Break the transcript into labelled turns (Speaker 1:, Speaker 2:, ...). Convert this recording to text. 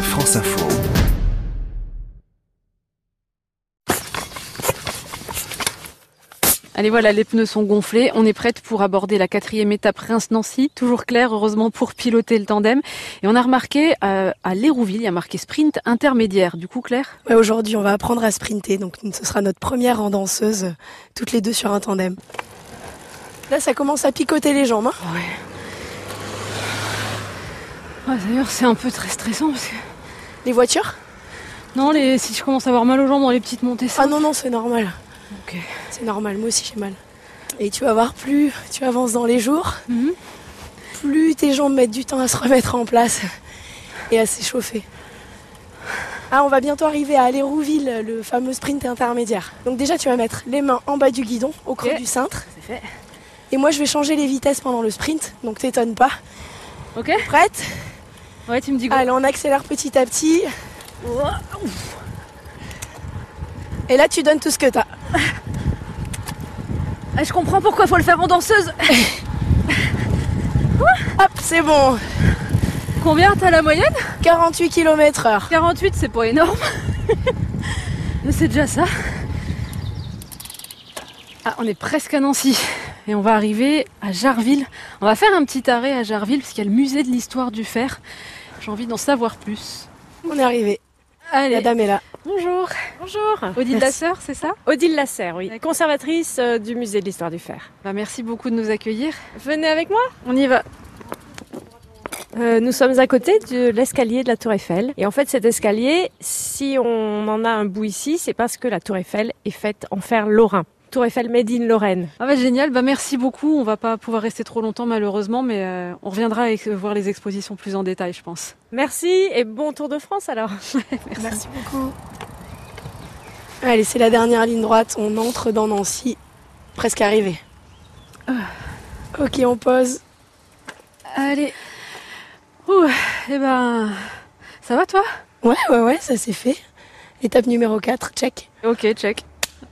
Speaker 1: France Info.
Speaker 2: Allez voilà, les pneus sont gonflés. On est prête pour aborder la quatrième étape Reims-Nancy. Toujours clair, heureusement, pour piloter le tandem. Et on a remarqué euh, à Lérouville, il y a marqué sprint intermédiaire. Du coup, Claire
Speaker 3: Ouais, Aujourd'hui, on va apprendre à sprinter. Donc, ce sera notre première en danseuse, euh, toutes les deux sur un tandem. Là, ça commence à picoter les jambes. hein.
Speaker 2: Ouais, Ah, D'ailleurs, c'est un peu très stressant parce que...
Speaker 3: Les voitures
Speaker 2: Non, les... si je commence à avoir mal aux jambes dans les petites montées, ça...
Speaker 3: Ah non, non, c'est normal.
Speaker 2: Ok.
Speaker 3: C'est normal. Moi aussi, j'ai mal. Et tu vas voir, plus tu avances dans les jours,
Speaker 2: Mhm.
Speaker 3: plus tes jambes mettent du temps à se remettre en place et à s'échauffer. Ah, on va bientôt arriver à Lérouville, le fameux sprint intermédiaire. Donc déjà, tu vas mettre les mains en bas du guidon, au creux
Speaker 2: Ok.
Speaker 3: du cintre.
Speaker 2: Ah, C'est fait.
Speaker 3: Et moi, je vais changer les vitesses pendant le sprint, donc t'étonne pas.
Speaker 2: Ok
Speaker 3: Prête
Speaker 2: Ouais, tu me dis go.
Speaker 3: Allez, on accélère petit à petit. Et là, tu donnes tout ce que t'as.
Speaker 2: Ah, je comprends pourquoi faut le faire en danseuse.
Speaker 3: Hop, c'est bon.
Speaker 2: Combien t'as la moyenne
Speaker 3: 48 km heure.
Speaker 2: 48, c'est pas énorme. Mais c'est déjà ça. Ah, on est presque à Nancy. Et on va arriver à Jarville. On va faire un petit arrêt à Jarville parce qu'il y a le musée de l'histoire du fer. J'ai envie d'en savoir plus.
Speaker 3: On est arrivé. La
Speaker 2: Allez,
Speaker 3: dame est là.
Speaker 2: bonjour.
Speaker 4: Bonjour.
Speaker 2: Odile
Speaker 3: Merci.
Speaker 2: Lasseur, c'est ça
Speaker 4: Odile Lasserre, oui,
Speaker 2: D'accord.
Speaker 4: conservatrice euh, du musée de l'histoire du fer.
Speaker 2: bah, Merci beaucoup de nous accueillir.
Speaker 4: Venez avec moi, on y va. Euh, nous sommes à côté de l'escalier de la Tour Eiffel. Et en fait, cet escalier, si on en a un bout ici, c'est parce que la Tour Eiffel est faite en fer lorrain. Tour Eiffel Made in Lorraine.
Speaker 2: Ah bah génial, bah merci beaucoup. On va pas pouvoir rester trop longtemps malheureusement, mais euh, on reviendra et voir les expositions plus en détail, je pense.
Speaker 4: Merci et bon Tour de France alors.
Speaker 3: Merci beaucoup. Allez, c'est la dernière ligne droite. On entre dans Nancy. Presque arrivé. Ok, on pose.
Speaker 2: Allez. Ouh, eh ben, ça va toi
Speaker 3: Ouais, ouais, ouais, ça c'est fait. Étape numéro 4, check.
Speaker 2: Ok, check.